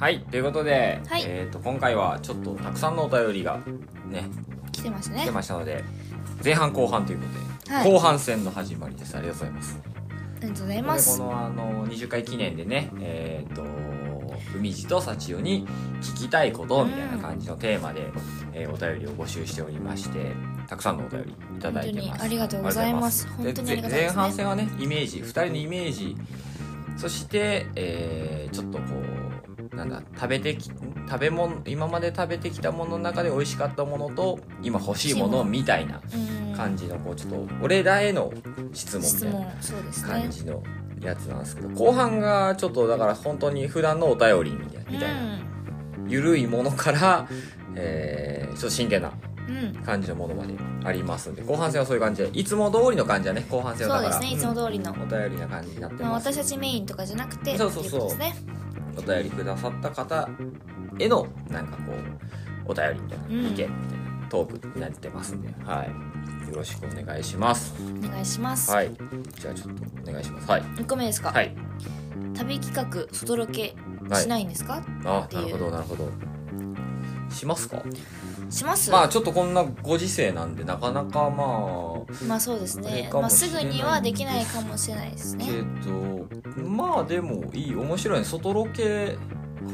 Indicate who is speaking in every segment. Speaker 1: はいということで、
Speaker 2: はい
Speaker 1: えー、と今回はちょっとたくさんのお便りがね
Speaker 2: 来てます
Speaker 1: 来
Speaker 2: ね
Speaker 1: てましたので前半後半ということで、
Speaker 2: はい
Speaker 1: 後半戦の始まりですありがとうございます
Speaker 2: ありがとうございます
Speaker 1: でこのあの20回記念でねえっ、と海地と幸代に聞きたいことみたいな感じのテーマで、えーお便りを募集しておりましてたくさんのお便りいただいて
Speaker 2: 本
Speaker 1: ま
Speaker 2: 当に
Speaker 1: す
Speaker 2: ありがとうございます
Speaker 1: で
Speaker 2: 本当にありがたい
Speaker 1: 前
Speaker 2: ですね
Speaker 1: 半戦はねイメージ2人のイメージそして、えーちょっとこうなんだ食べてき食べ物今まで食べてきたものの中で美味しかったものと今欲しいものみたいな
Speaker 2: うん
Speaker 1: 感じのこうちょっと俺らへの質問み
Speaker 2: 質
Speaker 1: たいな
Speaker 2: 問そうですね
Speaker 1: 感じのやつなんですけど後半がちょっとだから本当に普段のお便りみたいなみたいな緩いものから、えー、ちょっと真剣な
Speaker 2: うん、うん、
Speaker 1: 感じのものまでありますんで後半戦はそういう感じでいつも通りの感じだね後半戦
Speaker 2: そ
Speaker 1: は
Speaker 2: う
Speaker 1: だ
Speaker 2: で
Speaker 1: か
Speaker 2: す
Speaker 1: ら
Speaker 2: ねいつも通りの、
Speaker 1: うんお便りな感じになって
Speaker 2: まあ、
Speaker 1: ます、
Speaker 2: 私たちメインとかじゃなくて
Speaker 1: そうそうそう
Speaker 2: っていことですね
Speaker 1: お便りくださった方へのなんかこうお便りみたいな、
Speaker 2: うん
Speaker 1: 意見みたいなトークになってますんで、はい、よろしくお願いします
Speaker 2: お願いします、
Speaker 1: はいじゃあちょっとお願いしますはい
Speaker 2: 1個目ですか、
Speaker 1: はい
Speaker 2: 旅企画外ロケしないんですか、
Speaker 1: あ
Speaker 2: って
Speaker 1: な
Speaker 2: いう
Speaker 1: るほどなるほどしますか
Speaker 2: します
Speaker 1: まあ
Speaker 2: ま
Speaker 1: ちょっとこんなご時世なんでなかなかまあ
Speaker 2: あ、そうです
Speaker 1: あれ
Speaker 2: ね
Speaker 1: か
Speaker 2: ま
Speaker 1: も
Speaker 2: あ、
Speaker 1: し
Speaker 2: す
Speaker 1: れな
Speaker 2: ぐ
Speaker 1: い
Speaker 2: にはできないかもしれないです
Speaker 1: け
Speaker 2: ね
Speaker 1: どまあでもいい面白いね外ロケ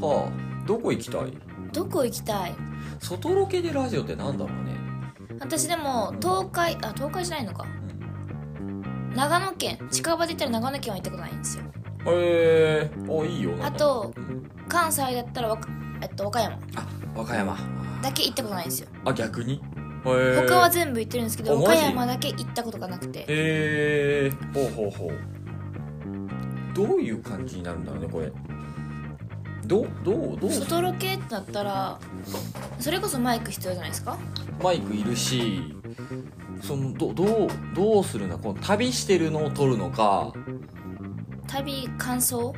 Speaker 1: かどこ行きたい
Speaker 2: どこ行きたい
Speaker 1: 外ロケでラジオってなんだろうね、
Speaker 2: 私でも東海あ東海じゃないのか長野県近場で言ったら長野県は行ったことないんですよ
Speaker 1: えー、あいいよなんか
Speaker 2: あと
Speaker 1: うん
Speaker 2: 関西だったらわかえっと、和歌山
Speaker 1: あ和歌山
Speaker 2: だけ行ったことないんですよ
Speaker 1: あ逆にへー
Speaker 2: 他は全部行ってるんですけど
Speaker 1: あ
Speaker 2: 和
Speaker 1: マ
Speaker 2: 歌
Speaker 1: ジ
Speaker 2: 山だけ行ったことがなくて
Speaker 1: えー、ほうほうほうどういう感じになるんだろうねこれどうどうどう
Speaker 2: 外ロケってなったらそれこそマイク必要じゃないですか
Speaker 1: マイクいるしそのどどうどうするんだこの旅してるのを撮るのか
Speaker 2: 旅感想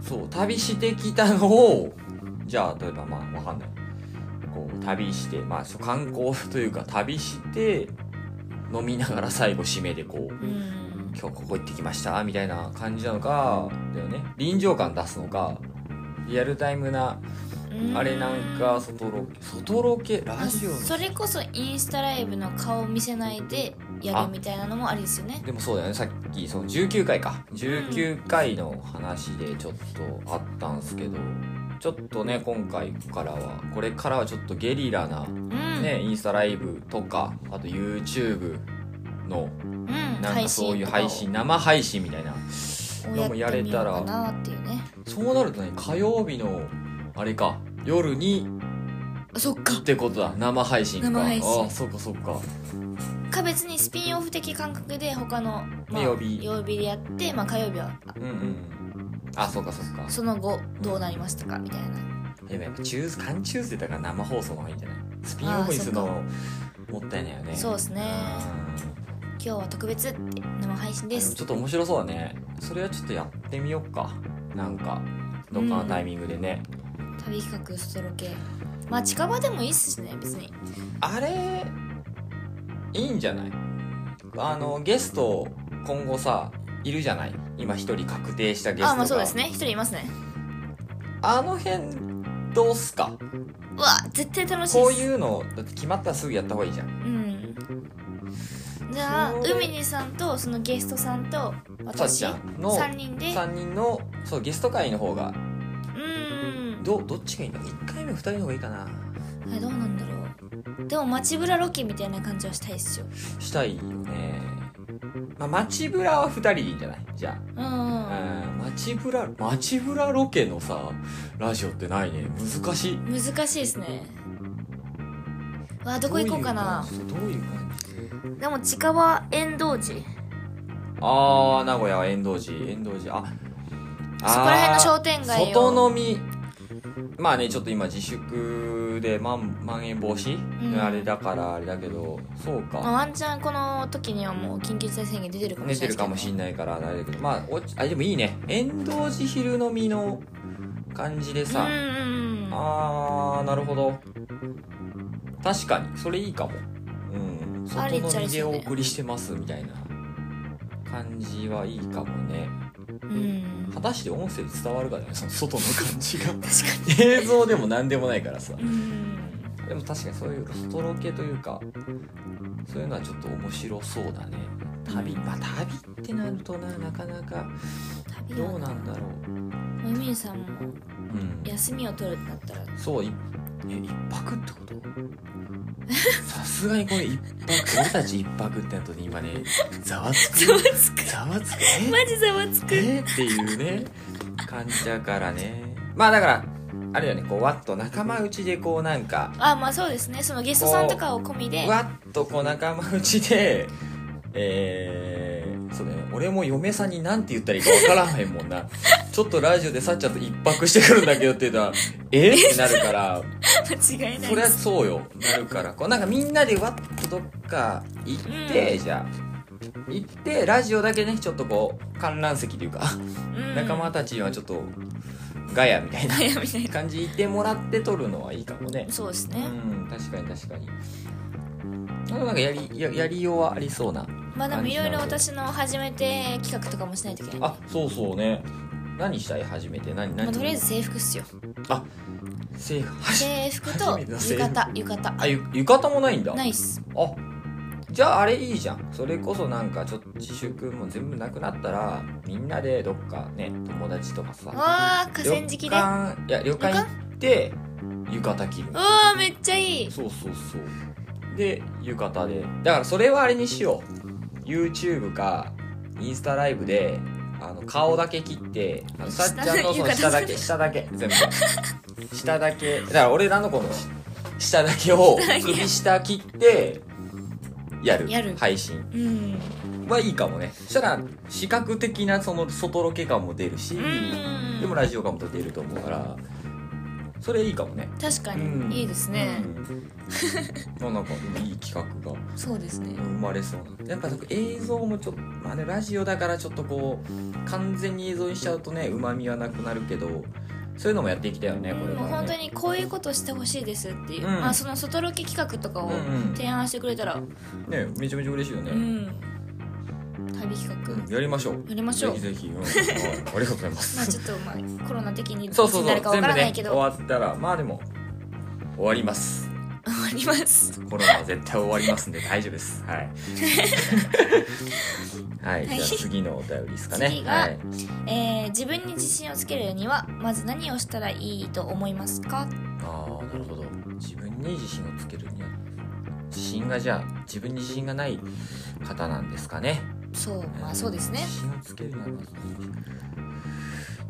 Speaker 1: そう旅してきたのをじゃあ例えばまあわかんないこう旅してまあそう観光というか旅して飲みながら最後締めでこう
Speaker 2: うん
Speaker 1: 今日ここ行ってきましたみたいな感じなのかだよね臨場感出すのかリアルタイムなあれなんか外ロケ外ロケラジオの
Speaker 2: それこそインスタライブの顔を見せないでやるみたいなのもありですよね
Speaker 1: でもそうだよねさっきその19回か19回の話でちょっとあったんすけどちょっとね今回からはこれからはちょっとゲリラな、
Speaker 2: うん、
Speaker 1: ねインスタライブとかあと YouTube の
Speaker 2: うん、
Speaker 1: なんかそういう配信生配信みたいな
Speaker 2: をやってみようかなっていうね
Speaker 1: そうなるとね火曜日のあれか夜に
Speaker 2: あそっか
Speaker 1: ってことだ生配信か
Speaker 2: 生配信
Speaker 1: あそっかそっか
Speaker 2: か別にスピンオフ的感覚で他の、まあ、
Speaker 1: 曜日
Speaker 2: 曜日でやって、まあ、火曜日は
Speaker 1: うんうんあそっかそっか
Speaker 2: その後どうなりましたかみたいな
Speaker 1: でもやっぱチューズ缶チューズデーだから生放送の方がいいんじゃないスピンオフにするのもったいないよね
Speaker 2: そう
Speaker 1: う
Speaker 2: ですね今日は特別って生配信で
Speaker 1: です
Speaker 2: す
Speaker 1: ちょっと面白そうだねそれはちょっとやってみようかなんかどっかのタイミングでね、
Speaker 2: 旅企画ストロケまあ近場でもいいっすしね別に
Speaker 1: あれいいんじゃないあのゲスト今後さいるじゃない今一人確定したゲストが
Speaker 2: あまあそうですね一人いますね
Speaker 1: あの辺どうすか
Speaker 2: うわ絶対楽しいっす
Speaker 1: こういうのだって決まったらすぐやった方がいいじゃん
Speaker 2: うんじゃあ
Speaker 1: それ
Speaker 2: 海にさんとそのゲストさんと
Speaker 1: さっ
Speaker 2: 私
Speaker 1: ちゃんの
Speaker 2: 3人で
Speaker 1: 3人のそうゲスト会の方が
Speaker 2: うん
Speaker 1: どどっちがいいんだ1回目2人の方がいいかな
Speaker 2: あれどうなんだろうでも街ぶらロケみたいな感じはしたいっすよ
Speaker 1: したいよねまあ街ぶらは2人でいいんじゃないじゃ
Speaker 2: うん
Speaker 1: あうん街ぶら街ぶらロケのさラジオってないね難しい
Speaker 2: 難しいですねわあどこ行こうかな
Speaker 1: どういう感じそうどういう感じ
Speaker 2: でも近場遠道寺そこ
Speaker 1: ああ名古屋は遠藤寺遠藤寺あ
Speaker 2: ら辺の商
Speaker 1: 店
Speaker 2: 店街を
Speaker 1: 外飲みまあねちょっと今自粛でまんまん延防止、
Speaker 2: うん
Speaker 1: あれだからあれだけどそうか、
Speaker 2: まあ、ワンチャンこの時にはもう緊急事態宣言出てるかも
Speaker 1: 寝
Speaker 2: しれ
Speaker 1: て
Speaker 2: ない
Speaker 1: る
Speaker 2: で
Speaker 1: か
Speaker 2: す
Speaker 1: もし
Speaker 2: け
Speaker 1: んないからあれだけどまあおあでもいいね遠藤寺昼飲みの感じで
Speaker 2: ど
Speaker 1: さ、
Speaker 2: うんうんうん
Speaker 1: あーなるほど確かにそれいいかもうん
Speaker 2: あ
Speaker 1: 外
Speaker 2: りっ
Speaker 1: の
Speaker 2: ちゃありそうだ
Speaker 1: 逃げ
Speaker 2: よ
Speaker 1: お送りしてますみたいな感じはいいかもね
Speaker 2: ううん
Speaker 1: 果たして音声で伝わるかだよねその外の感 じが
Speaker 2: 確か
Speaker 1: 映像でも何でもないからさ
Speaker 2: にうん
Speaker 1: でも確かにそういうストロ系というかそういうのはちょっと面白そうだね旅まあ旅ってなるとななかなか
Speaker 2: 旅
Speaker 1: ど
Speaker 2: は
Speaker 1: うなんだろ
Speaker 2: もうミさんも
Speaker 1: う、うん、
Speaker 2: 休みを取るってなったら
Speaker 1: そういえ一泊ってこと さすがにこれ一泊俺たち一泊ってなった時今ねざわ つ
Speaker 2: ざわ
Speaker 1: く
Speaker 2: つく
Speaker 1: ざわつくえ
Speaker 2: マジざわつく
Speaker 1: えーっていうね感じだからねまあだからあれだよねこうわっと仲間内でこうなんか
Speaker 2: あまあそうですねそのゲストさんとかを込みで
Speaker 1: わっとこう仲間内でえー、そうだよね俺も嫁さんに何て言ったらいいか分からへんも んなちょっとラジオでさっちゃんと一泊してくるんだけどっていうのは えってなるから
Speaker 2: 間違いない
Speaker 1: そり
Speaker 2: で
Speaker 1: ゃ
Speaker 2: す
Speaker 1: そうよなるからこうなんかみんなでわっとどっか行って、じゃあ行ってラジオだけねちょっとこう観覧席というか
Speaker 2: うん
Speaker 1: 仲間たちにはちょっとガヤみたいな
Speaker 2: ガヤみたいな
Speaker 1: 感じでもらって撮るのはいいかもね
Speaker 2: そうです
Speaker 1: う
Speaker 2: ね
Speaker 1: ん確かに確かにでもなんかやりややりようはありそうな
Speaker 2: まあでもいろいろ私の初めて企画とかもしないといけない
Speaker 1: あそうそうね何したい初めて何
Speaker 2: まあ、
Speaker 1: 何
Speaker 2: とりあえず制服っすよ
Speaker 1: 制服はじ
Speaker 2: 制服と
Speaker 1: 初めての
Speaker 2: 浴
Speaker 1: 制服
Speaker 2: 衣浴衣
Speaker 1: あゆ浴衣もないんだ
Speaker 2: ないっす
Speaker 1: あじゃああれいいじゃんそれこそなんかちょっと自粛も全部なくなったらみんなでどっかね友達とかさ
Speaker 2: わあ河川敷で
Speaker 1: 旅館いや旅館行って浴衣着る
Speaker 2: うわーめっちゃいい
Speaker 1: そうそうそうで浴衣でだからそれはあれにしよう YouTube かインスタライブであの顔だけ切ってあのさっちゃんのその下
Speaker 2: 下
Speaker 1: だ
Speaker 2: だ
Speaker 1: け
Speaker 2: け
Speaker 1: 下だけ全部下だけだから俺らのこの下だけを
Speaker 2: だけ
Speaker 1: 首下切ってやる
Speaker 2: やる
Speaker 1: 配信
Speaker 2: うん
Speaker 1: はいいかもねそしたら視覚的なその外ロケ感も出るし
Speaker 2: うん
Speaker 1: でもラジオ感も出ると思うからそれいいかもね
Speaker 2: 確か
Speaker 1: うん
Speaker 2: にいいですね、
Speaker 1: うんまあなんかいい企画が
Speaker 2: そうですね
Speaker 1: 生まれそうなやっぱ映像もちょっと、まあね、ラジオだからちょっとこう完全に映像にしちゃうとねうまみはなくなるけどそういうのもやっていきたいよねこ
Speaker 2: も
Speaker 1: れ
Speaker 2: う
Speaker 1: から
Speaker 2: 本当
Speaker 1: ね
Speaker 2: にこういうことしてほしいですっていう、
Speaker 1: うん
Speaker 2: まあ、その外ロケ企画とかを
Speaker 1: うんうん
Speaker 2: 提案してくれたらうん、
Speaker 1: ねめちゃめちゃ嬉しいよね、
Speaker 2: 旅企画
Speaker 1: うんやりましょう
Speaker 2: やりましょう
Speaker 1: ぜひぜひ、うんはいありがとうござい ま
Speaker 2: まあ
Speaker 1: す
Speaker 2: ちょっとま あコロナ的にいつ
Speaker 1: そうそう
Speaker 2: にな
Speaker 1: そう
Speaker 2: るかわ
Speaker 1: 全
Speaker 2: か
Speaker 1: 部
Speaker 2: らな
Speaker 1: ね
Speaker 2: いけ
Speaker 1: 終
Speaker 2: ど、
Speaker 1: わったらまあでも終わります
Speaker 2: 終わります
Speaker 1: コロナは絶対終わりますんで大丈夫です はいはい、
Speaker 2: はい
Speaker 1: じゃあ次のお便りですかね
Speaker 2: 次が
Speaker 1: はい
Speaker 2: えー自分に自信をつけるにはまず何をしたらいいと思いますか
Speaker 1: ああなるほど自分に自信をつけるには自信がじゃあ自分に自信がない方なんですかね
Speaker 2: そうまあそうですね
Speaker 1: 自信をつけるにはまず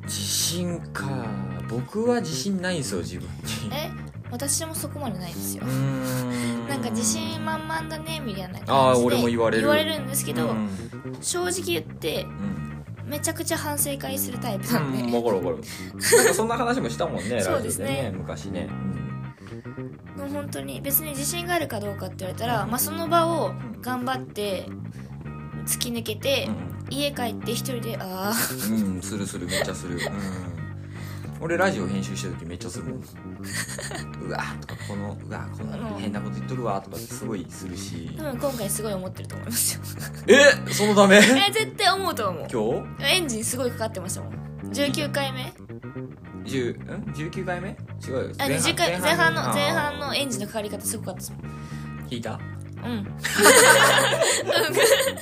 Speaker 1: 自信か僕は自信ないんですよ自分に
Speaker 2: え私もそこまでないですよ
Speaker 1: うーん
Speaker 2: なんか自信満々だねみたいな感じで
Speaker 1: あー俺も言われる
Speaker 2: 言われるんですけど、
Speaker 1: うん
Speaker 2: 正直言って
Speaker 1: うん
Speaker 2: めちゃくちゃ反省会するタイプ
Speaker 1: う
Speaker 2: なんで、
Speaker 1: ん、分か る分かるなんかそんな話もしたもんね
Speaker 2: そうですね
Speaker 1: ラジオでね昔ね、
Speaker 2: もう本当に別に自信があるかどうかって言われたら、まあ、その場を頑張って突き抜けて、
Speaker 1: うんうん
Speaker 2: 家帰って一人でああ
Speaker 1: うんするするめっちゃする、うん、俺ラジオ編集してる時めっちゃするもんうわーとかこのうわーこんなの変なこと言っとるわーとかすごいするし
Speaker 2: 多分今回すごい思ってると思いますよ
Speaker 1: えそのため
Speaker 2: え 絶対思うと思う
Speaker 1: 今
Speaker 2: エンジンすごいかかってましたもん19回目
Speaker 1: 日10ん19回目違うよ
Speaker 2: あ20回前半の前半
Speaker 1: あ
Speaker 2: のエンジンのかかり方すごかったですもん
Speaker 1: ー聞いた
Speaker 2: うん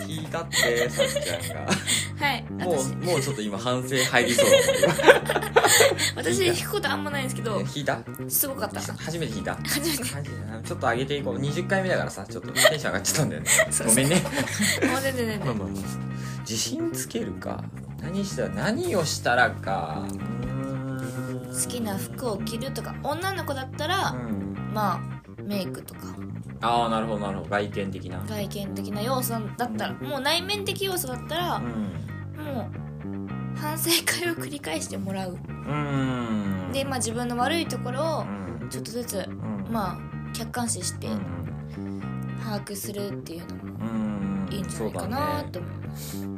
Speaker 1: 聞いたってさっちゃんが
Speaker 2: はい
Speaker 1: も
Speaker 2: 私
Speaker 1: うもうちょっと今反省入りそう
Speaker 2: 私弾くことあんまないんですけど
Speaker 1: だ聞いた
Speaker 2: すごかった
Speaker 1: 初めて聞いた
Speaker 2: 初めて
Speaker 1: マジでなちょっと上げていこう20回目だからさちょっとテンション上がっちゃったんだよね
Speaker 2: そう
Speaker 1: ごめんね
Speaker 2: もう全然全然
Speaker 1: まあまあまあ自信つけるか何したら何をしたらか
Speaker 2: 好きな服を着るとか女の子だったら、
Speaker 1: うん
Speaker 2: まあメイクとか
Speaker 1: ああなるほどなるほど外見的な
Speaker 2: 外見的な要素だったらもう内面的要素だったら
Speaker 1: う
Speaker 2: も
Speaker 1: ん
Speaker 2: う反省会を繰り返してもらう
Speaker 1: うん
Speaker 2: でまあ自分の悪いところ
Speaker 1: う
Speaker 2: を
Speaker 1: ん
Speaker 2: ちょっとずつ
Speaker 1: うん
Speaker 2: まあ客観視して
Speaker 1: うん
Speaker 2: 把握するっていうのも
Speaker 1: うん
Speaker 2: いいんじゃないかなと思います、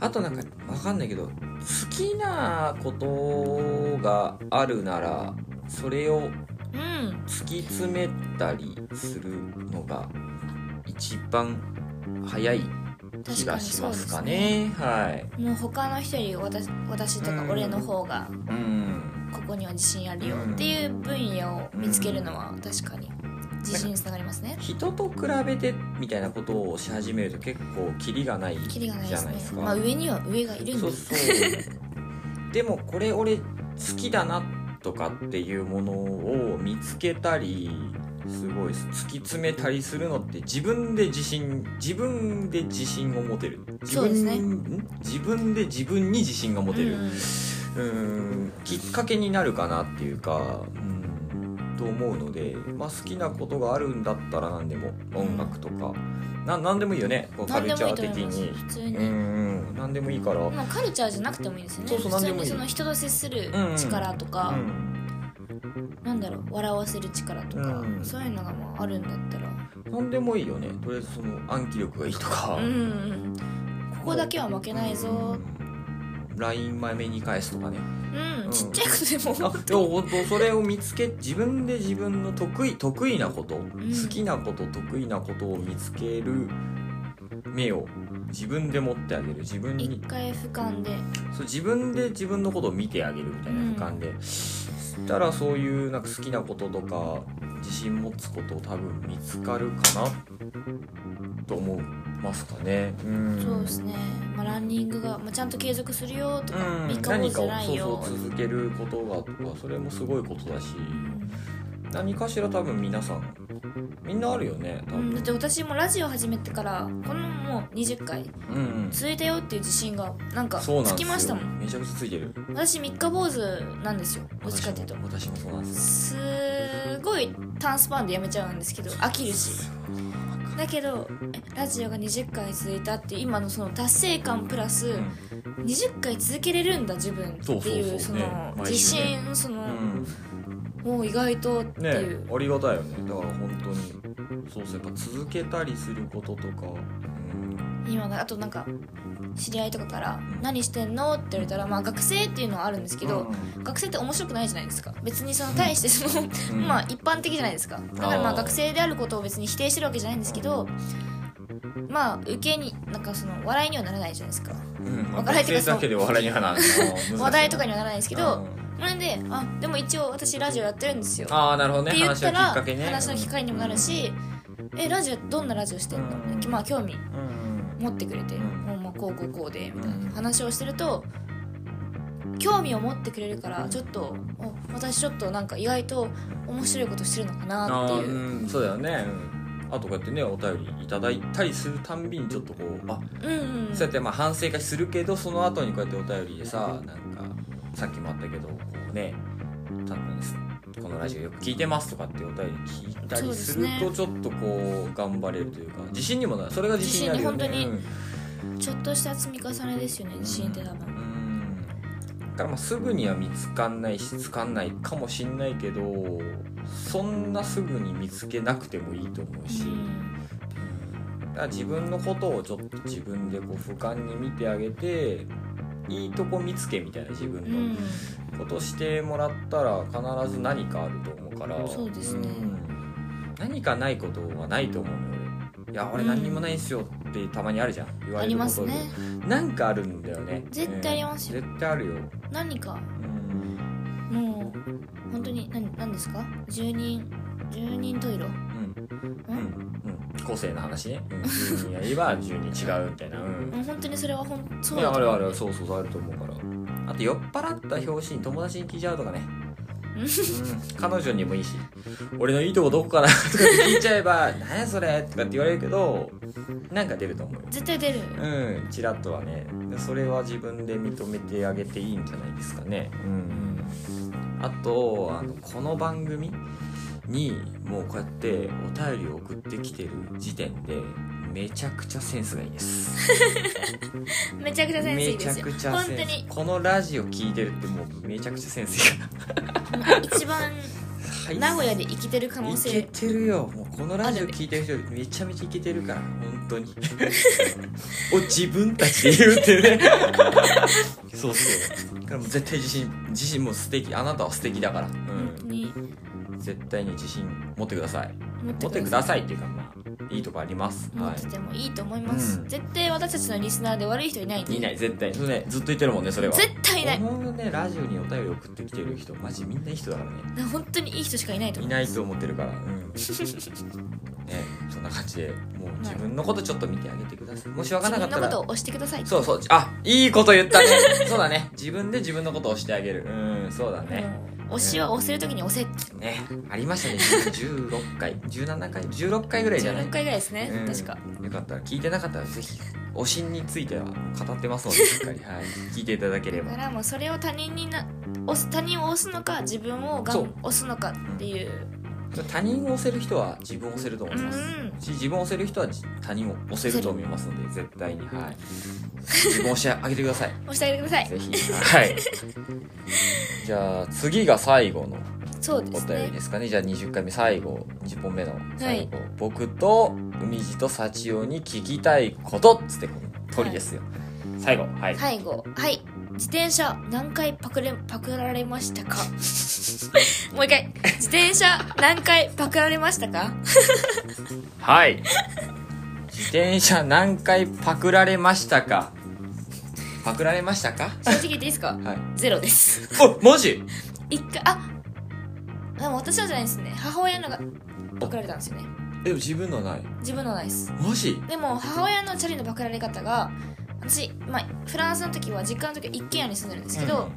Speaker 1: あとなんかわかんないけど好きなことがあるならそれを
Speaker 2: うん
Speaker 1: 突き詰めたりするのが一番早い気がしますかねはい
Speaker 2: もう他の人より私私とか
Speaker 1: うん
Speaker 2: 俺の方が
Speaker 1: うん
Speaker 2: ここには自信あるよっていう分野を見つけるのは確かに自信につながりますね
Speaker 1: 人と比べてみたいなことをし始めると結構キリがない
Speaker 2: キ
Speaker 1: じ
Speaker 2: リがないで
Speaker 1: ゃ
Speaker 2: す
Speaker 1: ない
Speaker 2: ね
Speaker 1: です
Speaker 2: まあ
Speaker 1: か
Speaker 2: 上には上がいるん
Speaker 1: そう
Speaker 2: です
Speaker 1: そうでもこれ俺好きだなとかっていうものを見つけたりすごい突き詰めたりするのって自分で自信自分で自信を持てる自
Speaker 2: そうですね
Speaker 1: 分ん自分で自分に自信が持てる、
Speaker 2: うん
Speaker 1: うーんきっかけになるかなっていうかうんと思うので、まあ、好きなことがあるんだったら何でも音楽とか、な何でもいいよねこうカ
Speaker 2: 何で
Speaker 1: ルチ
Speaker 2: もいい
Speaker 1: ャー
Speaker 2: と
Speaker 1: 的
Speaker 2: 思います
Speaker 1: に
Speaker 2: 普通
Speaker 1: う
Speaker 2: に、
Speaker 1: んうん何でもいいから、
Speaker 2: まあ、カルチャーじゃなくてもいいですよね
Speaker 1: そうそう
Speaker 2: 普
Speaker 1: 何で
Speaker 2: 通
Speaker 1: もいい
Speaker 2: にその人と接する
Speaker 1: うん
Speaker 2: 力とか、
Speaker 1: うん
Speaker 2: なんだろう笑わせる力とか、
Speaker 1: うん
Speaker 2: そういうのがまああるんだったら
Speaker 1: 何でもいいよねとりあえずその暗記力がいいとか、
Speaker 2: うんうんここだけは負けないぞ
Speaker 1: うん LINE 前めに返すとかね
Speaker 2: うん、
Speaker 1: うん
Speaker 2: ちっちゃいことで
Speaker 1: あ
Speaker 2: も
Speaker 1: でも本当それを見つけ自分で自分の得意得意なこと、好きなこと得意なことを見つける目を自分で持ってあげる自 分
Speaker 2: 一
Speaker 1: に
Speaker 2: 回俯瞰で
Speaker 1: そう自分で自分のことを見てあげるみたいな
Speaker 2: うん
Speaker 1: 俯瞰で、したらそういうなんか好きなこととか自信持つこと多分見つかるかなと思いますかね。うん
Speaker 2: そうですね、まあ、ランニングが、まあ、ちゃんと継続するよとか、
Speaker 1: うん、
Speaker 2: 三日坊
Speaker 1: 何
Speaker 2: 主じ
Speaker 1: か
Speaker 2: ゃ
Speaker 1: を
Speaker 2: な
Speaker 1: そ
Speaker 2: いうよ
Speaker 1: そう続けることがとかそれもすごいことだし何かしら多分皆さんみんなあるよね多
Speaker 2: うんうんだ
Speaker 1: 分
Speaker 2: って私もラジオ始めてからこのもう20回
Speaker 1: うん、うん、
Speaker 2: 続いたよっていう自信がなんか
Speaker 1: そうなん
Speaker 2: つ
Speaker 1: です
Speaker 2: き
Speaker 1: よ
Speaker 2: ましたもん
Speaker 1: めちゃくちゃついてる
Speaker 2: 私三日坊主なんですよどっちかっていうと
Speaker 1: 私も私もそうなんです
Speaker 2: すごい短スパンでやめちゃうんですけど飽きるしだけどえラジオが20回続いたっていう今のその達成感プラス
Speaker 1: うん
Speaker 2: 20回続けれるんだ自分って
Speaker 1: そうそうそ
Speaker 2: いううそ
Speaker 1: ね
Speaker 2: の
Speaker 1: 毎
Speaker 2: 自
Speaker 1: 週ね
Speaker 2: 信その
Speaker 1: うん
Speaker 2: もう意外とって
Speaker 1: ね
Speaker 2: いう
Speaker 1: ありがたいよねだから本当にそうそうやっぱ続けたりすることとかうん
Speaker 2: 今があとなんか知り合いとかから
Speaker 1: ん
Speaker 2: 「何してんの?」って言われたらまあ学生っていうのはあるんですけど
Speaker 1: う
Speaker 2: 学生って面白くないじゃないですか別にその大してその
Speaker 1: ん
Speaker 2: まあ一般的じゃないですかだからま
Speaker 1: あ
Speaker 2: あ
Speaker 1: ー
Speaker 2: 学生であることを別に否定してるわけじゃないんですけどまあ受けになんかその笑いにはならないじゃないですか
Speaker 1: うんまあ
Speaker 2: わからないけど
Speaker 1: 学生だけで笑いにはならない
Speaker 2: 話題とかに
Speaker 1: は
Speaker 2: はならないですけどなんで「あでも一応私ラジオやってるんですよ」っ
Speaker 1: ああなるほどね
Speaker 2: て言っ
Speaker 1: 話
Speaker 2: た
Speaker 1: のきっ
Speaker 2: ら
Speaker 1: かけね
Speaker 2: 話の機会にもなるし「えラジオどんなラジオしてんの?
Speaker 1: うん」
Speaker 2: まあ興味
Speaker 1: うんうん
Speaker 2: 持ってくれて「
Speaker 1: うん
Speaker 2: もうまあこうこうこうで」みたい
Speaker 1: うん
Speaker 2: な話をしてると興味を持ってくれるからちょっとお私ちょっとなんか意外と面白いことしてるのかなって
Speaker 1: あ
Speaker 2: い
Speaker 1: ー
Speaker 2: う
Speaker 1: うんそうだよねうんあとこうやってねお便りいただいたりするたんびにちょっとこうあ
Speaker 2: うんうん
Speaker 1: そうやってまあ反省会するけどその後にこうやってお便りでさなんかさっきもあったけどこうね多分ですこのラジオよく聞いてますとかってお便り聞いたりする
Speaker 2: そ
Speaker 1: と
Speaker 2: う
Speaker 1: ちょっとこう頑張れるというか自信にもなるそれが自信になるよね
Speaker 2: 自信にちょっとした積み重ねですよね自信って多
Speaker 1: うん
Speaker 2: 分
Speaker 1: うんだからまあすぐには見つかんないしつかんないかもしんないけどそんなすぐに見つけなくてもいいと思うし、だから自分のことをちょっと自分でこう俯瞰に見てあげていいとこ見つけみたいな自
Speaker 2: う
Speaker 1: 分
Speaker 2: ん
Speaker 1: のことしてもらったら必ず何かあると思うから
Speaker 2: そうですね
Speaker 1: ん何かないことはないと思うのよ俺いや俺
Speaker 2: うん
Speaker 1: 何にもないんすよってたまにあるじゃん言わ
Speaker 2: あ
Speaker 1: れ
Speaker 2: り
Speaker 1: るこ
Speaker 2: ま
Speaker 1: と
Speaker 2: す
Speaker 1: で、
Speaker 2: ね
Speaker 1: なんかあるんだよね
Speaker 2: 絶対ありますよ
Speaker 1: うん絶対あるよ、
Speaker 2: 何か
Speaker 1: うん
Speaker 2: もう本当に何何ですか住人住人トイロ
Speaker 1: うんうん
Speaker 2: うん
Speaker 1: うん個性の話ね、うん、10人やれば10人違うみたいな、うん
Speaker 2: もう本当にそれはほんそう
Speaker 1: い
Speaker 2: だ
Speaker 1: やあ
Speaker 2: と
Speaker 1: る
Speaker 2: 思
Speaker 1: あるそうそうそうあると思うからあと酔っ払った表紙に友達に聞いちゃうと かね、うん、彼女にもいいし俺のいいとこどこかな とかって聞いちゃえば「何やそれ」とかって言われるけどなんか出ると思うよ
Speaker 2: 絶対出る
Speaker 1: うんチラッとはねでそれは自分で認めてあげていいんじゃないですかねうんあとあのこの番組にもうこうやってお便りを送ってきてる時点でめちゃくちゃセンスがいいです
Speaker 2: めちゃくちゃセンスいいですよ
Speaker 1: めちゃくちゃ
Speaker 2: 本
Speaker 1: センス
Speaker 2: 当に
Speaker 1: このラジオ聞いてるってもうめちゃくちゃセンスが
Speaker 2: まあ一番
Speaker 1: はい
Speaker 2: 名古屋で生きてる可能
Speaker 1: いけ
Speaker 2: 性
Speaker 1: てるよもうこのラジオ聞いてる人めちゃめちゃいけてるから本当 にお自分たちで言うっ てねそうそうだからもう絶対自信自信も素敵あなたは素敵だから、う
Speaker 2: 本
Speaker 1: ん
Speaker 2: 当に
Speaker 1: 絶対に自信持ってください
Speaker 2: 持
Speaker 1: 持
Speaker 2: っ
Speaker 1: って
Speaker 2: て
Speaker 1: く
Speaker 2: く
Speaker 1: だ
Speaker 2: ださ
Speaker 1: さい
Speaker 2: い
Speaker 1: っていうかまあいいとこあります、
Speaker 2: 持っ
Speaker 1: は
Speaker 2: ててもいいと思います、
Speaker 1: うん
Speaker 2: 絶対私たちのリスナーで悪い人いないんで
Speaker 1: いいない絶対それねずっと言ってるもんねそれは
Speaker 2: 絶対いない
Speaker 1: このねラジオにお便り送ってきてる人マジみんないい人だからね
Speaker 2: な本当にいい人しかいないと
Speaker 1: い
Speaker 2: 思う
Speaker 1: ないと思ってるからうんねそんな感じでもう自分のことちょっと見てあげてくださいもしわからなかった
Speaker 2: 自分のこと
Speaker 1: ら
Speaker 2: を押してください
Speaker 1: そうそうあいいこと言ったね そうだね自分で自分のことをしてあげるうんそうだね
Speaker 2: もう押しは押せるときに押せって
Speaker 1: ねありましたね16回17回16回ぐらいじゃない
Speaker 2: 16回ぐらいですね、
Speaker 1: うん
Speaker 2: 確か
Speaker 1: よかったら聞いてなかったらぜひおしんについては語ってますのでしっかり、はい、聞いていただけれ
Speaker 2: だ
Speaker 1: ば
Speaker 2: からもうそれを他人にな押す他人を押すのか自分をがん
Speaker 1: そう
Speaker 2: 押すのかっていう、
Speaker 1: 他人を押せる人は自分を押せると思います
Speaker 2: うん
Speaker 1: し自分を押せる人はじ他人を押せると思いますので絶対にはい自分を押してあげてください
Speaker 2: 押してあげてください
Speaker 1: ぜひはいじゃあ次が最後の
Speaker 2: そうで
Speaker 1: お
Speaker 2: す
Speaker 1: 便り
Speaker 2: ね
Speaker 1: ですかねじゃあ20回目最後20本目の最後、僕と海地と幸代に聞きたいことっつってこの鳥ですよ、最後はい
Speaker 2: 最後はい自転車何回パクれパクられました かもう一回自転車何回パクられましたか
Speaker 1: はい。自転車何回パクられましたかパクられましたか
Speaker 2: 正直言っていいですか
Speaker 1: はい。
Speaker 2: ゼロです
Speaker 1: お、マジ
Speaker 2: 一回あでも私のじゃないですね母親のがパクられたんですよね
Speaker 1: でも自分のない。
Speaker 2: 自分のないです
Speaker 1: マジ
Speaker 2: でも母親のチャリのパクられ方が私、まあ、フランスの時は実家の時は一軒家に住んでるんですけど、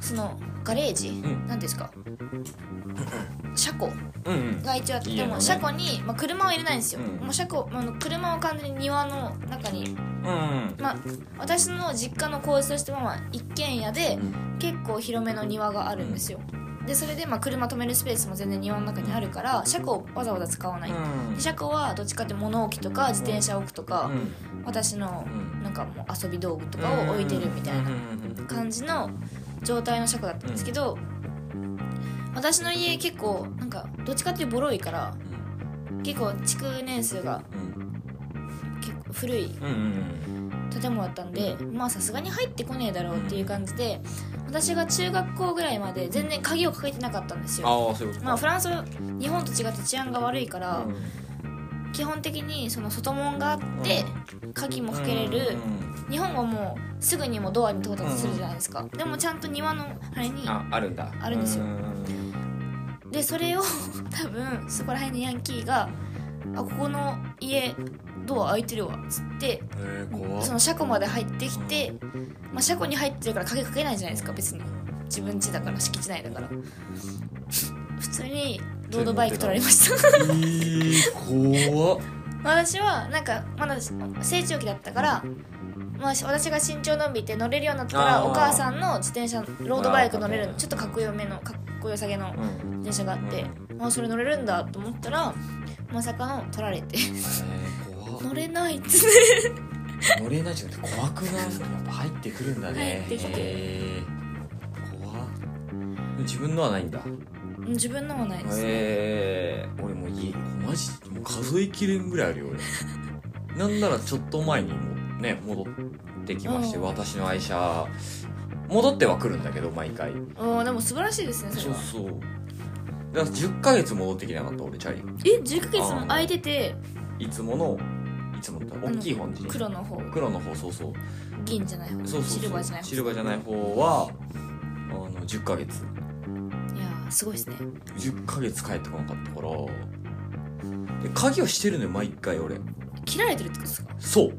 Speaker 2: そのガレージ、
Speaker 1: ん
Speaker 2: なんていうんですか車庫
Speaker 1: うんうん。
Speaker 2: が一応あって
Speaker 1: いい
Speaker 2: で
Speaker 1: よね
Speaker 2: も車庫に、まあ、車を入れないんですよ、
Speaker 1: うん
Speaker 2: もう車庫あの車を完全に庭の中に、
Speaker 1: うんうん。
Speaker 2: まあ、私の実家の構図としても、まあ、一軒家で結構広めの庭があるんですよでそれで、まあ、車止めるスペースも全然庭の中にあるから車庫をわざわざ使わない、
Speaker 1: うん
Speaker 2: で車庫はどっちかって物置とか自転車置くとか、
Speaker 1: うん
Speaker 2: 私の
Speaker 1: うん
Speaker 2: なんかもう遊び道具とかを置いてるみたい
Speaker 1: うんう
Speaker 2: なん
Speaker 1: うん
Speaker 2: 感じの状態の車庫だったんですけど、私の家結構なんかどっちかっていうとボロいから結構築年数が結構古い
Speaker 1: うんうんうん
Speaker 2: 建物だったんでまあさすがに入ってこねえだろうっていう感じで私が中学校ぐらいまで全然鍵をかけてなかったんですよ
Speaker 1: ああ、そういうことか。
Speaker 2: まあフランスは日本と違って治安が悪いから
Speaker 1: うん
Speaker 2: 基本的にその外門があって鍵もかけれ
Speaker 1: う
Speaker 2: る
Speaker 1: んうん
Speaker 2: 日本はもうすぐにもドアに到達するじゃないですかでもちゃんと庭のあれに
Speaker 1: あ、あるんだ。
Speaker 2: あるんですよ
Speaker 1: ううん
Speaker 2: でそれを 多分そこら辺のヤンキーが「あここの家ドア開いてるわ」っつって
Speaker 1: えー、怖っ
Speaker 2: その車庫まで入ってきて、まあ、車庫に入ってるから鍵かけないじゃないですか別に自分家だから敷地内だから普通にロードバイク取られました
Speaker 1: えー、怖っ
Speaker 2: 私はなんかまだ成長期だったから、まあ、私が身長伸びて乗れるようになったから
Speaker 1: あー
Speaker 2: お母さんの自転車ロードバイク乗れ
Speaker 1: あ
Speaker 2: る
Speaker 1: ー
Speaker 2: ちょっとかっこよめのかっこよさげの
Speaker 1: う
Speaker 2: 自
Speaker 1: ん
Speaker 2: 転車があって、まあ、それ乗れるんだと思ったらまさかの取られて
Speaker 1: えー、怖っ
Speaker 2: 乗れないっつって
Speaker 1: 乗れないじゃなくて怖くないやっぱ入ってくるんだね
Speaker 2: 入ってきて
Speaker 1: へー怖っ自分のはないんだ
Speaker 2: うん自分のもないです、
Speaker 1: へえ俺もう家マジもう数えきれんぐらいあるよ 俺なんならちょっと前にもね戻ってきまして
Speaker 2: うん
Speaker 1: 私の愛車戻ってはくるんだけど毎回
Speaker 2: ああでも素晴らしいですねそ
Speaker 1: そ
Speaker 2: れ
Speaker 1: う
Speaker 2: は
Speaker 1: そうだから10ヶ月戻ってきてなかった俺チャリ
Speaker 2: え10ヶ月も空いてて
Speaker 1: いつものいつもって大きい本に
Speaker 2: 黒の方
Speaker 1: 黒の方そうそう
Speaker 2: 銀じゃない方
Speaker 1: そうそうそう
Speaker 2: シルバーじゃない方
Speaker 1: シルバーじゃない方はあの10ヶ月
Speaker 2: いやーすごいですね
Speaker 1: 10ヶ月帰ってこなかったからで鍵をしてるのよ毎回俺
Speaker 2: 切られてるってことですか
Speaker 1: そう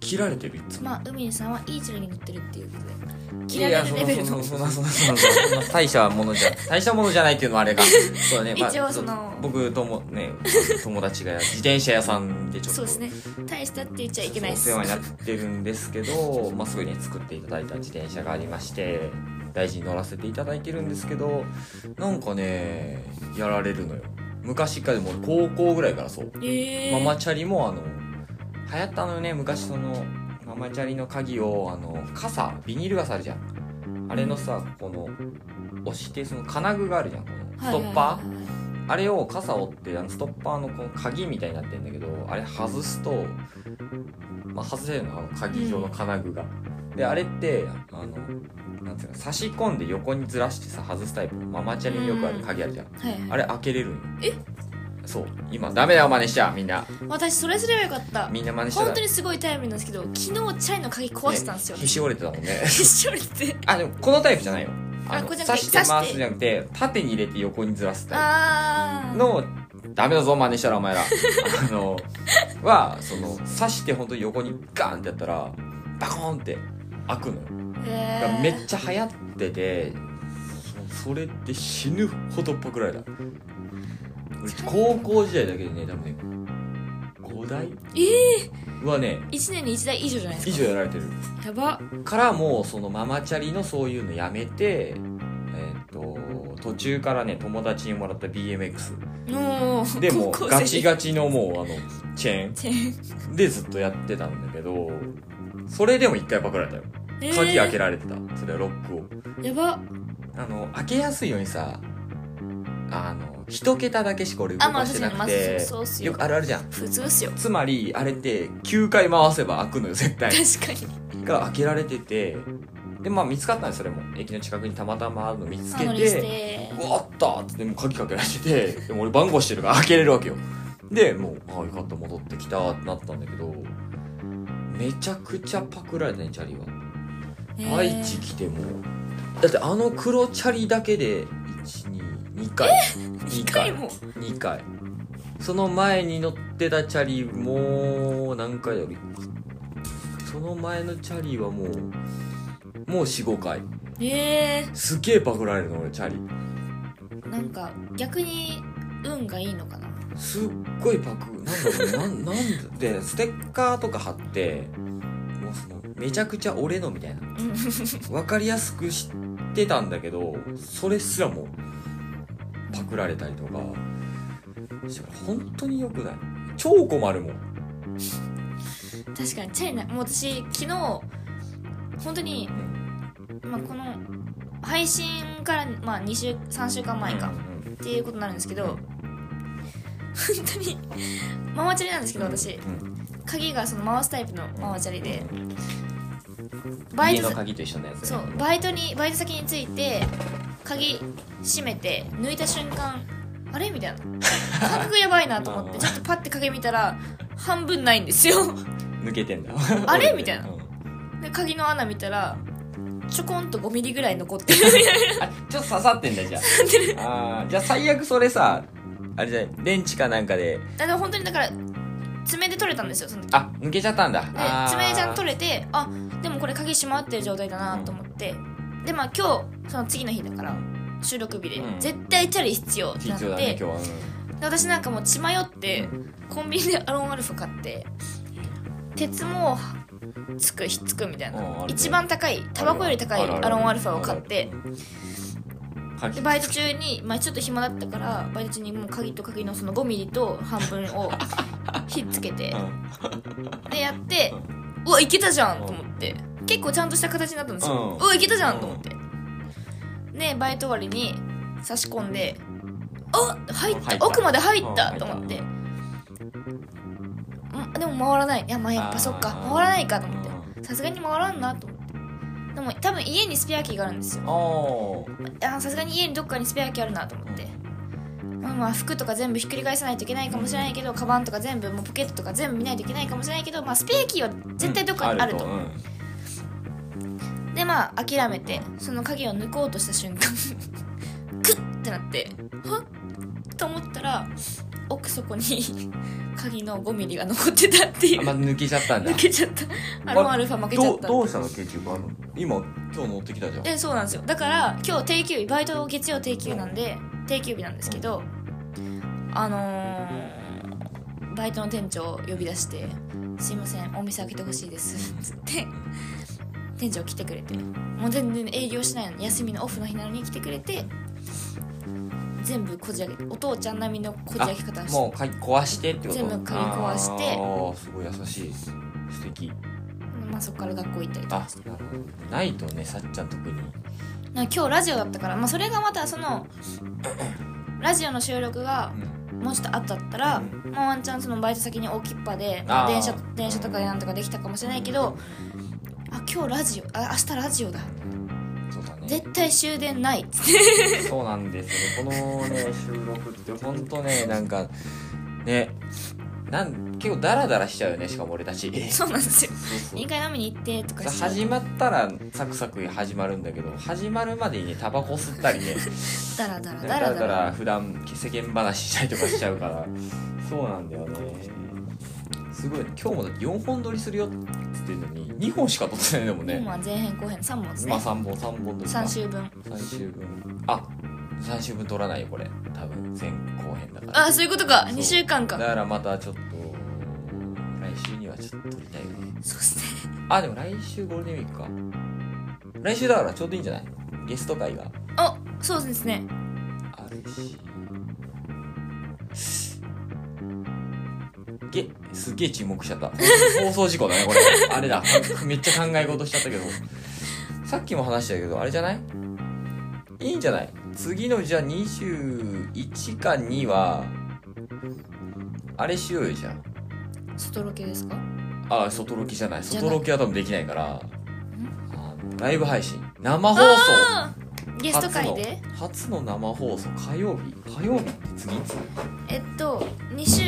Speaker 1: 切られてるいつも
Speaker 2: まあ海さんはいいチャリに乗ってるっていうことで切られるレベルの
Speaker 1: いやそんなそんなそんなそんなそんな大したも のじゃ大したものじゃないっていうのはあれがそうだね、
Speaker 2: 一応その
Speaker 1: う僕ともね友達が自転車屋さんでちょっと
Speaker 2: そうですね大したって言っちゃいけないで
Speaker 1: お
Speaker 2: す
Speaker 1: 世話になってるんですけ ど、まあ、すぐに作っていただいた自転車がありまして大事に乗らせていただいてるんですけどなんかねやられるのよ昔からでも高校ぐらいからそう
Speaker 2: えー、
Speaker 1: ママチャリもあの流行ったのよね昔そのママチャリの鍵をあの傘ビニール傘あるじゃんあれのさこの押してその金具があるじゃんこのストッパー、
Speaker 2: はいはいはい
Speaker 1: あれを傘折ってあのストッパーのこの鍵みたいになってるんだけどあれ外すと、まあ、外せるのあの鍵状の金具が、であれってあのなんていうの差し込んで横にずらしてさ外すタイプのママチャリによくある鍵あるじゃん、
Speaker 2: はいはいはい
Speaker 1: あれ開けれるんよそう今ダメだよ真似しちゃみんな
Speaker 2: 私それすればよかった
Speaker 1: みんな真似しちゃ
Speaker 2: 本当にすごいタイムリーなんですけど昨日チャイの鍵壊してたんですよ、
Speaker 1: ね、ひし折れてたもんね
Speaker 2: 一緒に って
Speaker 1: あでもこのタイプじゃないよ
Speaker 2: あ
Speaker 1: の
Speaker 2: これじゃな
Speaker 1: 刺
Speaker 2: くて
Speaker 1: して回
Speaker 2: 刺し
Speaker 1: す
Speaker 2: て
Speaker 1: じゃなくて縦に入れて横にずらすタイプ
Speaker 2: ああ
Speaker 1: のダメだぞ真似したら お前らあのはその刺して本当に横にガーンってやったらバコーンって開くのよだからめっちゃ流行っててそそれって死ぬほどパクられた俺高校時代だけでね多分ね5台
Speaker 2: ええ
Speaker 1: はね
Speaker 2: 1年に1台以上じゃないで
Speaker 1: 以
Speaker 2: す
Speaker 1: 上やられてる
Speaker 2: かやば
Speaker 1: からもうそのママチャリのそういうのやめてえーっと途中からね友達にもらった BMX
Speaker 2: もう
Speaker 1: でも
Speaker 2: 高校生
Speaker 1: ガ チガチのもうあのチェー
Speaker 2: チェーン
Speaker 1: ンでずっとやってたんだけどそれでも一回パクられたよ鍵開けられてたそれはロックを
Speaker 2: えーやば
Speaker 1: あの開けやすいようにさあの一桁だけしか俺動
Speaker 2: あま
Speaker 1: か
Speaker 2: あ
Speaker 1: して
Speaker 2: 確
Speaker 1: な
Speaker 2: かに
Speaker 1: く
Speaker 2: ま
Speaker 1: て
Speaker 2: ずそうっす
Speaker 1: よ
Speaker 2: よ
Speaker 1: くあるあるじゃん
Speaker 2: 普通っすよ
Speaker 1: つまりあれって9回回せば開くのよ絶対
Speaker 2: 確かに
Speaker 1: が開けられててでまあ見つかったんですそれも駅の近くにたまたまあるの見つけ
Speaker 2: あ乗り捨
Speaker 1: て
Speaker 2: て
Speaker 1: 「うわあった!」っつってもう鍵かけられててでも俺番号してるから開けれるわけよでもう「ああよかった戻ってきた」ってなったんだけどめちゃくちゃパクられたねチャリは。
Speaker 2: えー
Speaker 1: 愛知来てもだってあの黒チャリだけで122回2
Speaker 2: 一回も
Speaker 1: 2回その前に乗ってたチャリもう何回だろうその前のチャリはもうもう45回
Speaker 2: え
Speaker 1: すげえパクられるの俺チャリ
Speaker 2: ー、なんか逆に運がいいのかな
Speaker 1: すっごいパクなんだ ろうななんでステッカーとか貼ってもうそのめちゃくちゃ俺のみたいな
Speaker 2: うん
Speaker 1: 分かりやすく知ってたんだけどそれすらもパクられたりとかして本当に良くない超困るもん
Speaker 2: 確かにチャイナもう私昨日本当に、まあ、この配信から、まあ、2週3週間前か
Speaker 1: うん
Speaker 2: っていうことになるんですけど本当にママチャリなんですけど私
Speaker 1: うん
Speaker 2: 鍵がその回すタイプのママチャリで
Speaker 1: うん
Speaker 2: バイ
Speaker 1: 家
Speaker 2: ト
Speaker 1: の
Speaker 2: さ
Speaker 1: 鍵と一緒のやつね
Speaker 2: そうバイトにバイト先について鍵閉めて抜いた瞬間あれみ たいな感覚やばいなと思ってちょっとパッて鍵見たら半分ないんですよ
Speaker 1: 抜けてんだ
Speaker 2: あ れみたいな
Speaker 1: うん
Speaker 2: で鍵の穴見たらちょこんと5ミリぐらい残ってる
Speaker 1: あちょっと刺さってんだじゃああーじゃあ最悪それさあれじゃない電池かなんかで
Speaker 2: あでも本当にだから爪で取れたんですよその時で
Speaker 1: あ抜けちゃったんだあー
Speaker 2: 爪ちゃんと取れてあでもこれ鍵閉まってる状態だなと思ってでまあ今日その次の日だから収録日で、
Speaker 1: うん
Speaker 2: 絶対チャリ必要ってなっ
Speaker 1: 必
Speaker 2: て、
Speaker 1: 要だね今日は
Speaker 2: で私なんかもう血迷ってコンビニでアロンアルファ買って鉄もつくひっつくみたい
Speaker 1: うんある
Speaker 2: な
Speaker 1: ね
Speaker 2: 一番高いタバコより高い
Speaker 1: あるある
Speaker 2: アロンアルファを買って
Speaker 1: 鍵
Speaker 2: でバイト中に、まあ、ちょっと暇だったからバイト中にもう鍵と鍵のその5ミリと半分をひっつけて
Speaker 1: うん
Speaker 2: でやってうわいけたじゃんと思って結構ちゃんとした形になったんですようわいけたじゃんと思ってでバイト終わりに差し込んであ入っ
Speaker 1: 入ったた
Speaker 2: 奥まで入った
Speaker 1: うん
Speaker 2: と思って
Speaker 1: 入
Speaker 2: んでも回らないいやまあやっぱそっか
Speaker 1: あー
Speaker 2: 回らないかと思ってさすがに回らんなと思ってでも多分家にスペアキーがあるんですよ
Speaker 1: あー
Speaker 2: あーさすがに家にどっかにスペア機あるなと思って、まあまあ服とか全部ひっくり返さないといけないかもしれないけど、カバンとか全部もうポケットとか全部見ないといけないかもしれないけど、まあ、スペアキーは絶対どっかにあると、
Speaker 1: うんうん
Speaker 2: でまあ諦めてその鍵を抜こうとした瞬間クッってなってはっと思ったら奥底に鍵の5ミリが残ってたってい
Speaker 1: あ
Speaker 2: う、
Speaker 1: まあ抜けちゃったんだ
Speaker 2: 抜けちゃったアロンアルファ負けちゃ
Speaker 1: ど
Speaker 2: っ
Speaker 1: う
Speaker 2: た
Speaker 1: どうしたの結局あの今今日乗ってきたじゃん
Speaker 2: えそうなんですよだから今日定休日バイト月曜定休なんで定休日なんですけどあのーバイトの店長を呼び出して「すいませんお店開けてほしいです」つって店長来てくれてもう全然営業しないのに休みのオフの日なのに来てくれて全部こじ開けお父ちゃん並みのこじ開け方をして
Speaker 1: もう鍵壊してってこと
Speaker 2: 全部鍵壊して
Speaker 1: ああすごい優しい素敵
Speaker 2: まあ、そこから学校行ったりと
Speaker 1: あ
Speaker 2: かして
Speaker 1: なるほどないとねさっちゃん特に
Speaker 2: なんか今日ラジオだったから、まあ、それがまたそ のラジオの収録がもうちょっと後だったら、
Speaker 1: う
Speaker 2: まあ、ワンチャンそのバイト先に置きっぱで
Speaker 1: あー
Speaker 2: 電車電車とかでなんとかできたかもしれないけどあ今日ラジオあ明日ラジオだ
Speaker 1: そうだねね
Speaker 2: 絶対終電ないっ つって
Speaker 1: そうなんですよこのね収録ってほんとねなんかねなん結構ダラダラしちゃうよねしかも俺たち
Speaker 2: そうなんですよ
Speaker 1: そうそう
Speaker 2: 2回飲みに行ってとかし
Speaker 1: さ始まったらサクサク始まるんだけど始まるまでにねタバコ吸ったり ね
Speaker 2: ダラダラ
Speaker 1: だ
Speaker 2: ダ
Speaker 1: ら
Speaker 2: ラ
Speaker 1: だ
Speaker 2: ダラ
Speaker 1: ら普段世間話したりとかしちゃうからそうなんだよねすごい今日もだって4本撮りするよって言ってるのに2本しか撮ってないのもん
Speaker 2: 今
Speaker 1: ね
Speaker 2: は前編後編3本です
Speaker 1: 今
Speaker 2: ね
Speaker 1: 3本3本撮りか
Speaker 2: 3週分
Speaker 1: 三週分あ三3週分撮らないよこれ多分前後編だから
Speaker 2: あそういうことか
Speaker 1: そう
Speaker 2: 2週間か
Speaker 1: だからまたちょっと来週にはちょっと撮りたいよね
Speaker 2: そうですね
Speaker 1: あでも来週ゴールデンウィークか来週だからちょうどいいんじゃないゲスト会が
Speaker 2: あそうですね
Speaker 1: あるしげすっげえ沈黙しちゃった放送事故だねこれあれだめっちゃ考え事しちゃったけどさっきも話したけどあれじゃないいいんじゃない次のじゃあ21か2はあれしようよじゃあ
Speaker 2: 外ロケですか
Speaker 1: あ外ロケじゃない
Speaker 2: じゃない
Speaker 1: 外ロケは多分できないからあのライブ配信生放送
Speaker 2: あーゲスト会で
Speaker 1: 初の初の生放送火曜日火曜日って次いつ
Speaker 2: えっと2週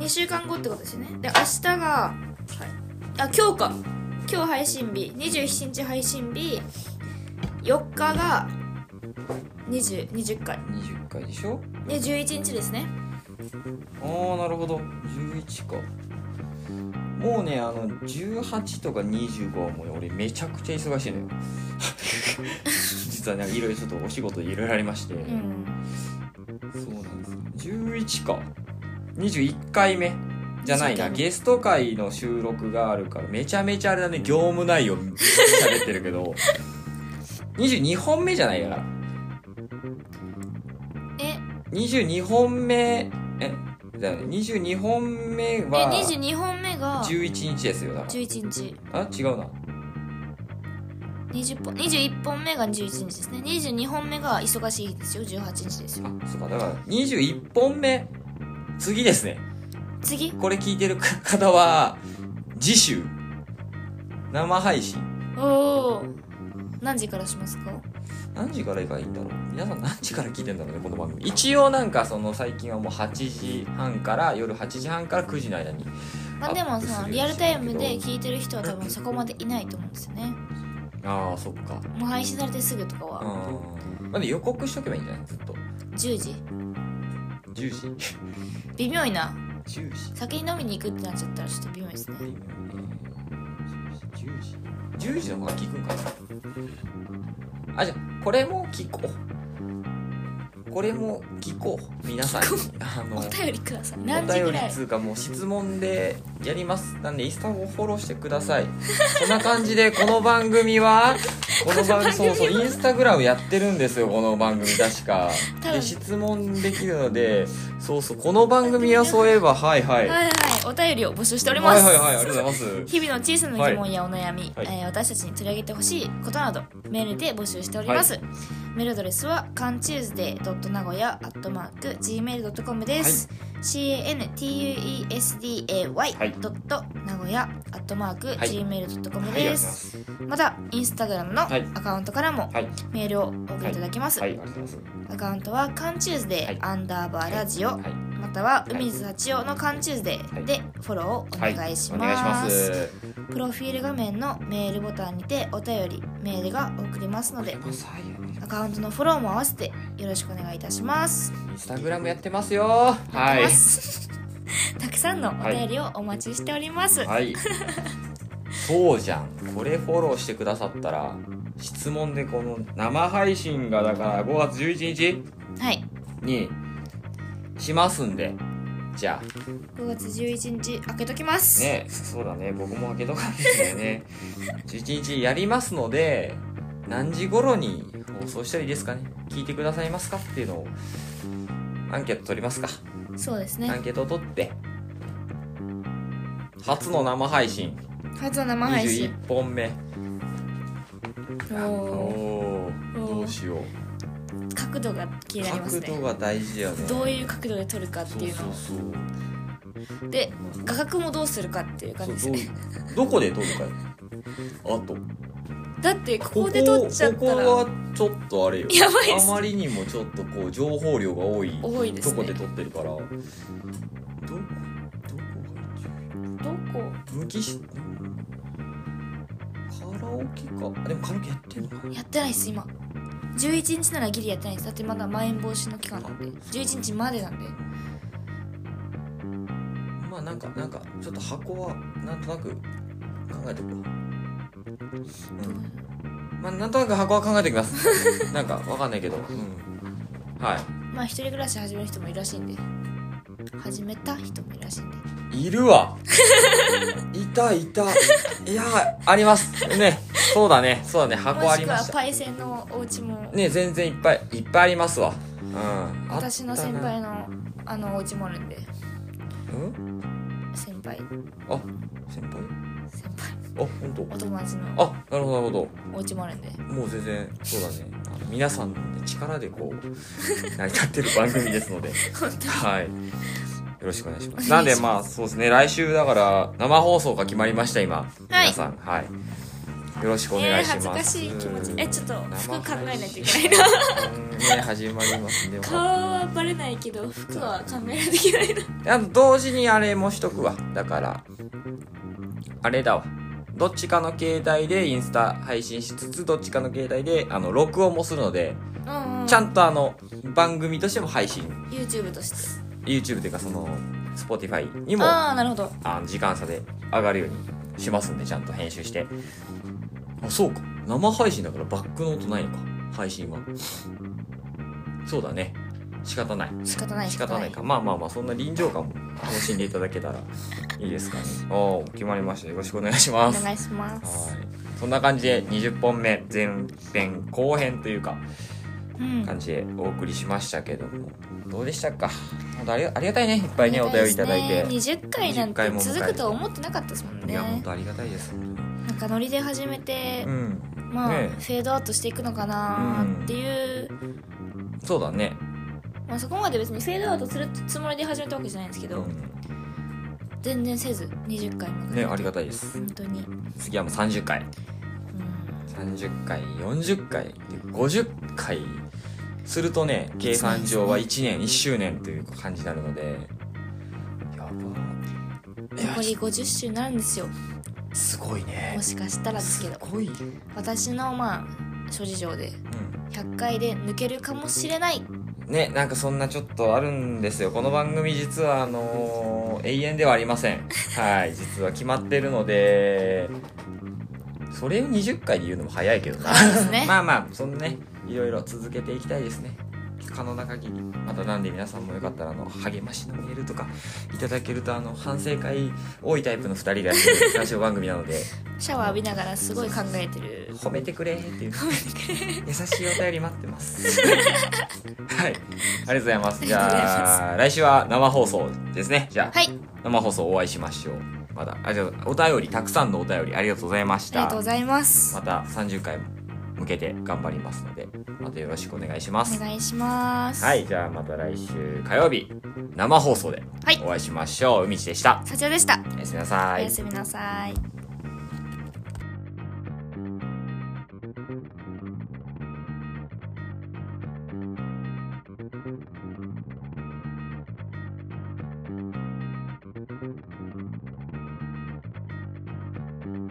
Speaker 2: 2週間後ってことですよねで明日が、あ今日か今日配信日27日配信日4日が2020 20回
Speaker 1: 20回でしょ
Speaker 2: で11日ですね
Speaker 1: ああなるほど11かもうねあの18とか25はもう俺めちゃくちゃ忙しいのよ 実はねいろいろちょっとお仕事いろいろありまして、
Speaker 2: うん
Speaker 1: そうなんです11か21回目じゃない
Speaker 2: 21
Speaker 1: な
Speaker 2: 回目
Speaker 1: ゲスト会の収録があるからめちゃめちゃあれだね業務内容喋ってるけど22本目じゃないから
Speaker 2: え
Speaker 1: 22本目えだよね22本目
Speaker 2: で
Speaker 1: は
Speaker 2: 22本目が
Speaker 1: 11日ですよだか
Speaker 2: 11日
Speaker 1: らあ違うな
Speaker 2: 20本21本目が11日ですね22本目が忙しい日ですよ18日ですよ
Speaker 1: あそうかだから21本目次ですね
Speaker 2: 次
Speaker 1: これ聞いてる方は次週生配信
Speaker 2: おお何時からしますか
Speaker 1: 何時からがいいんだろう皆さん何時から聞いてんだろうねこの番組一応なんかその最近はもう8時半から夜8時半から9時の間に
Speaker 2: まあで
Speaker 1: アッ
Speaker 2: も
Speaker 1: プ
Speaker 2: そ
Speaker 1: す
Speaker 2: の
Speaker 1: る
Speaker 2: リアルタイムで聞いてる人は多分そこまでいないと思うんですよね
Speaker 1: ああそっか
Speaker 2: もう配信されてすぐとか
Speaker 1: う
Speaker 2: は
Speaker 1: んまあで予告しとけばいいんじゃないずっと
Speaker 2: 10時
Speaker 1: 10時
Speaker 2: 微妙いな
Speaker 1: 10時
Speaker 2: 先に飲みに行くってなっちゃったらちょっと微妙ですね
Speaker 1: 10時10時の方が聞くんかなあじゃあこれも聞こうこれも聞こう皆さんにあの
Speaker 2: お便りください何時ぐ
Speaker 1: お便り
Speaker 2: ら
Speaker 1: っ
Speaker 2: い
Speaker 1: つうかもう質問でやりますなんでインスタをフォローしてくださいそんな感じでこの番 組はこの番組そうそうインスタグラムやってるんですよこの番組確か
Speaker 2: 多
Speaker 1: で
Speaker 2: 分
Speaker 1: 質問できるのでそうそうこの番組はそういえばはいは
Speaker 2: は
Speaker 1: い
Speaker 2: い
Speaker 1: はい
Speaker 2: はいお便りを募集しておりま
Speaker 1: はい
Speaker 2: す
Speaker 1: はいありがとうございます
Speaker 2: 日々の小さな疑問やお悩み、
Speaker 1: はい
Speaker 2: えー私たちに取り上げてほしいことなどメールで募集しております、メールアドレスは c a n t u e s d a y 名古屋 .gmail.com です、cantusday.
Speaker 1: はい
Speaker 2: 名古屋 .gmail.com
Speaker 1: はいありがとうござい
Speaker 2: で、
Speaker 1: ますす
Speaker 2: またインスタグラムのア
Speaker 1: はい
Speaker 2: カウントからも
Speaker 1: はい
Speaker 2: メールをお送りいただけます、
Speaker 1: はいありがとうございます
Speaker 2: アカウントは c a n t u e s d
Speaker 1: はい
Speaker 2: a y アンダーバーラジオ、
Speaker 1: はい
Speaker 2: または海水幸男の c a n t u e s d a
Speaker 1: はい
Speaker 2: y でフォローをお
Speaker 1: は
Speaker 2: 願
Speaker 1: い
Speaker 2: いし
Speaker 1: お願いし
Speaker 2: ま
Speaker 1: ますす
Speaker 2: プロフィール画面のメールボタンにてお便りメールが送れますのでアカウントのフォローも合わせてよろしくお願いいたします。
Speaker 1: インスタグラムやってますよは
Speaker 2: 待ってま
Speaker 1: い
Speaker 2: す たくさんのお便りをお待ちしております。
Speaker 1: はいそうじゃんこれフォローしてくださったら質問でこの生配信がだから5月11日
Speaker 2: はい。
Speaker 1: にしますんでじゃあ
Speaker 2: 5月11日開けときます。
Speaker 1: ねそうだね僕も開けとかないとだよね11日やりますので何時頃に放送したらいいですかね聞いてくださいますかっていうのをアンケート取りますか
Speaker 2: そうです
Speaker 1: ア
Speaker 2: ね。
Speaker 1: ンケートを取って初の生配信
Speaker 2: 初の生配信。
Speaker 1: 21本目
Speaker 2: おーお
Speaker 1: おお
Speaker 2: ー
Speaker 1: どうしよう
Speaker 2: 角度が気になります
Speaker 1: 角度
Speaker 2: ね。
Speaker 1: が大事だよね
Speaker 2: どういう角度で撮るかっていうのを
Speaker 1: そうそう
Speaker 2: で画角もどうするかっていう感じです
Speaker 1: そう
Speaker 2: ね。
Speaker 1: どうどこで撮るかよあと
Speaker 2: だってここで取っちゃったら
Speaker 1: ここはちょっとあれよ
Speaker 2: やばいっ
Speaker 1: あ
Speaker 2: す
Speaker 1: まりにもちょっとこう情報量が多い
Speaker 2: 多いですね
Speaker 1: とこで撮ってるからどどこどこ
Speaker 2: どこ
Speaker 1: が無機質カラオケかあでもカラオケやってんのか
Speaker 2: やってないっす今11日ならギリやってないですだってまだまん延防止の期間なんで11日までなんで
Speaker 1: まあなんかなんかちょっと箱はなんとなく考えておくわ
Speaker 2: どう
Speaker 1: まあなんとなく箱は考えてきます なんかわかんないけど、うん、はい
Speaker 2: まあ一人暮らし始める人もいるらしいんで始めた人もいるらしいんで
Speaker 1: い るわ。いたいた。いや、あります。ね。そうだね。そうだね。箱
Speaker 2: も
Speaker 1: あ
Speaker 2: し
Speaker 1: り
Speaker 2: く
Speaker 1: ま
Speaker 2: は
Speaker 1: した。
Speaker 2: パイセンのお家も
Speaker 1: ね、全然いっぱい、いっぱいありますわ。うん。
Speaker 2: 私の先
Speaker 1: あっ
Speaker 2: 輩のあのお家もあるんで
Speaker 1: たな。うん
Speaker 2: 先輩
Speaker 1: あ、先輩
Speaker 2: 先輩
Speaker 1: あ、本当
Speaker 2: お友達の
Speaker 1: あ、なるほど、なるほ
Speaker 2: お家もあるんで
Speaker 1: ど。もう全然、そうだね。あの皆さんのね力でこう、成り立ってる番組で すので。
Speaker 2: 本当
Speaker 1: はい。よろしくお願いします。
Speaker 2: お
Speaker 1: な
Speaker 2: 願
Speaker 1: ん
Speaker 2: い
Speaker 1: で
Speaker 2: します
Speaker 1: まあそうですね、来週だから生放送が決まりました、今。
Speaker 2: はい
Speaker 1: 皆さん、はい。よろしくお願いします。
Speaker 2: えー恥ずかしい気持ちえちょっと服考えないといけないな
Speaker 1: ないね、始まりますね。
Speaker 2: 顔はバレないけど服は考えないといけないな
Speaker 1: あと同時にあれもしとくわ。だから、あれだわ。どっちかの携帯でインスタ配信しつつ、どっちかの携帯で、あの、録音もするので、
Speaker 2: うん、うん、
Speaker 1: ちゃんとあの、番組としても配信、
Speaker 2: YouTube として
Speaker 1: YouTube というかその、Spotify にも
Speaker 2: ああなるほど
Speaker 1: あの時間差で上がるようにしますんでちゃんと編集してあそうか生配信だからバックの音ないのか配信はそうだね仕方ない
Speaker 2: 仕方ない
Speaker 1: 仕方ないかまあまあまあそんな臨場感も楽しんでいただけたらいいですかねおお決まりましたよろしくお願いし
Speaker 2: お
Speaker 1: ます
Speaker 2: 願いします
Speaker 1: はいそんな感じで20本目前編後編というか
Speaker 2: うん
Speaker 1: 感じでお送りしましたけどもどうでしたか本当ありがありがたいねいっぱいねお便りいただいて、
Speaker 2: 20回なん
Speaker 1: 20回
Speaker 2: て
Speaker 1: も迎えて
Speaker 2: 続くとは思ってなかったですもん
Speaker 1: い
Speaker 2: ね
Speaker 1: や本当ありがたいです本当に
Speaker 2: なんかノリで始めて、
Speaker 1: うん
Speaker 2: まあ、
Speaker 1: ね
Speaker 2: フェードアウトしていくのかなーっていう、
Speaker 1: そうだね。
Speaker 2: まあ、そこまで別にフェードアウトするつもりで始めたわけじゃないんですけ
Speaker 1: う
Speaker 2: ど、
Speaker 1: ん、
Speaker 2: 全然せず20回も
Speaker 1: ね、ありがたいです。
Speaker 2: 本当に、
Speaker 1: 次はもう30回。
Speaker 2: う
Speaker 1: 30回、40回、で50回するとね、計算上は1年、1周年という感じになるので、や
Speaker 2: ん、
Speaker 1: ばい
Speaker 2: 残
Speaker 1: や、
Speaker 2: り50週になるんですよ
Speaker 1: すごいね
Speaker 2: も。しかしたらですけど
Speaker 1: ごい。うん。
Speaker 2: 私のまあ諸事情で100回で抜けるかもしれない
Speaker 1: ね、なんかそんなちょっとあるんですよ。この番組実はあのー永遠ではありません。はい、実は決まってるので、それを20回で言うのも早いけどな。
Speaker 2: ですね
Speaker 1: まあまあそのねいろいろ続けていきたいですね可能な限りまたなんで皆さんもよかったらあの励ましのメールとかいただけるとあの反省会多いタイプの2人がやってるラジオ番組なので
Speaker 2: シャワー浴びながらすごい考えてる
Speaker 1: 褒めてくれっていう優しいお便り待ってます はいありがとうございますじ
Speaker 2: ありがとうござ
Speaker 1: ゃあ来週は生放送ですねじゃあ、
Speaker 2: はい
Speaker 1: 生放送お会いしましょうまだあじゃあお便りたくさんのお便りありがとうございまし
Speaker 2: ありが
Speaker 1: た
Speaker 2: とうございます
Speaker 1: また30回向けて頑張りますのでまたよろしくお願いします
Speaker 2: お願いします
Speaker 1: はい、じゃあまた来週火曜日生放送で
Speaker 2: はい
Speaker 1: お会いしましょう。うみちでした。
Speaker 2: さちらでした
Speaker 1: おやすみなさ
Speaker 2: お
Speaker 1: い
Speaker 2: や。すみなさい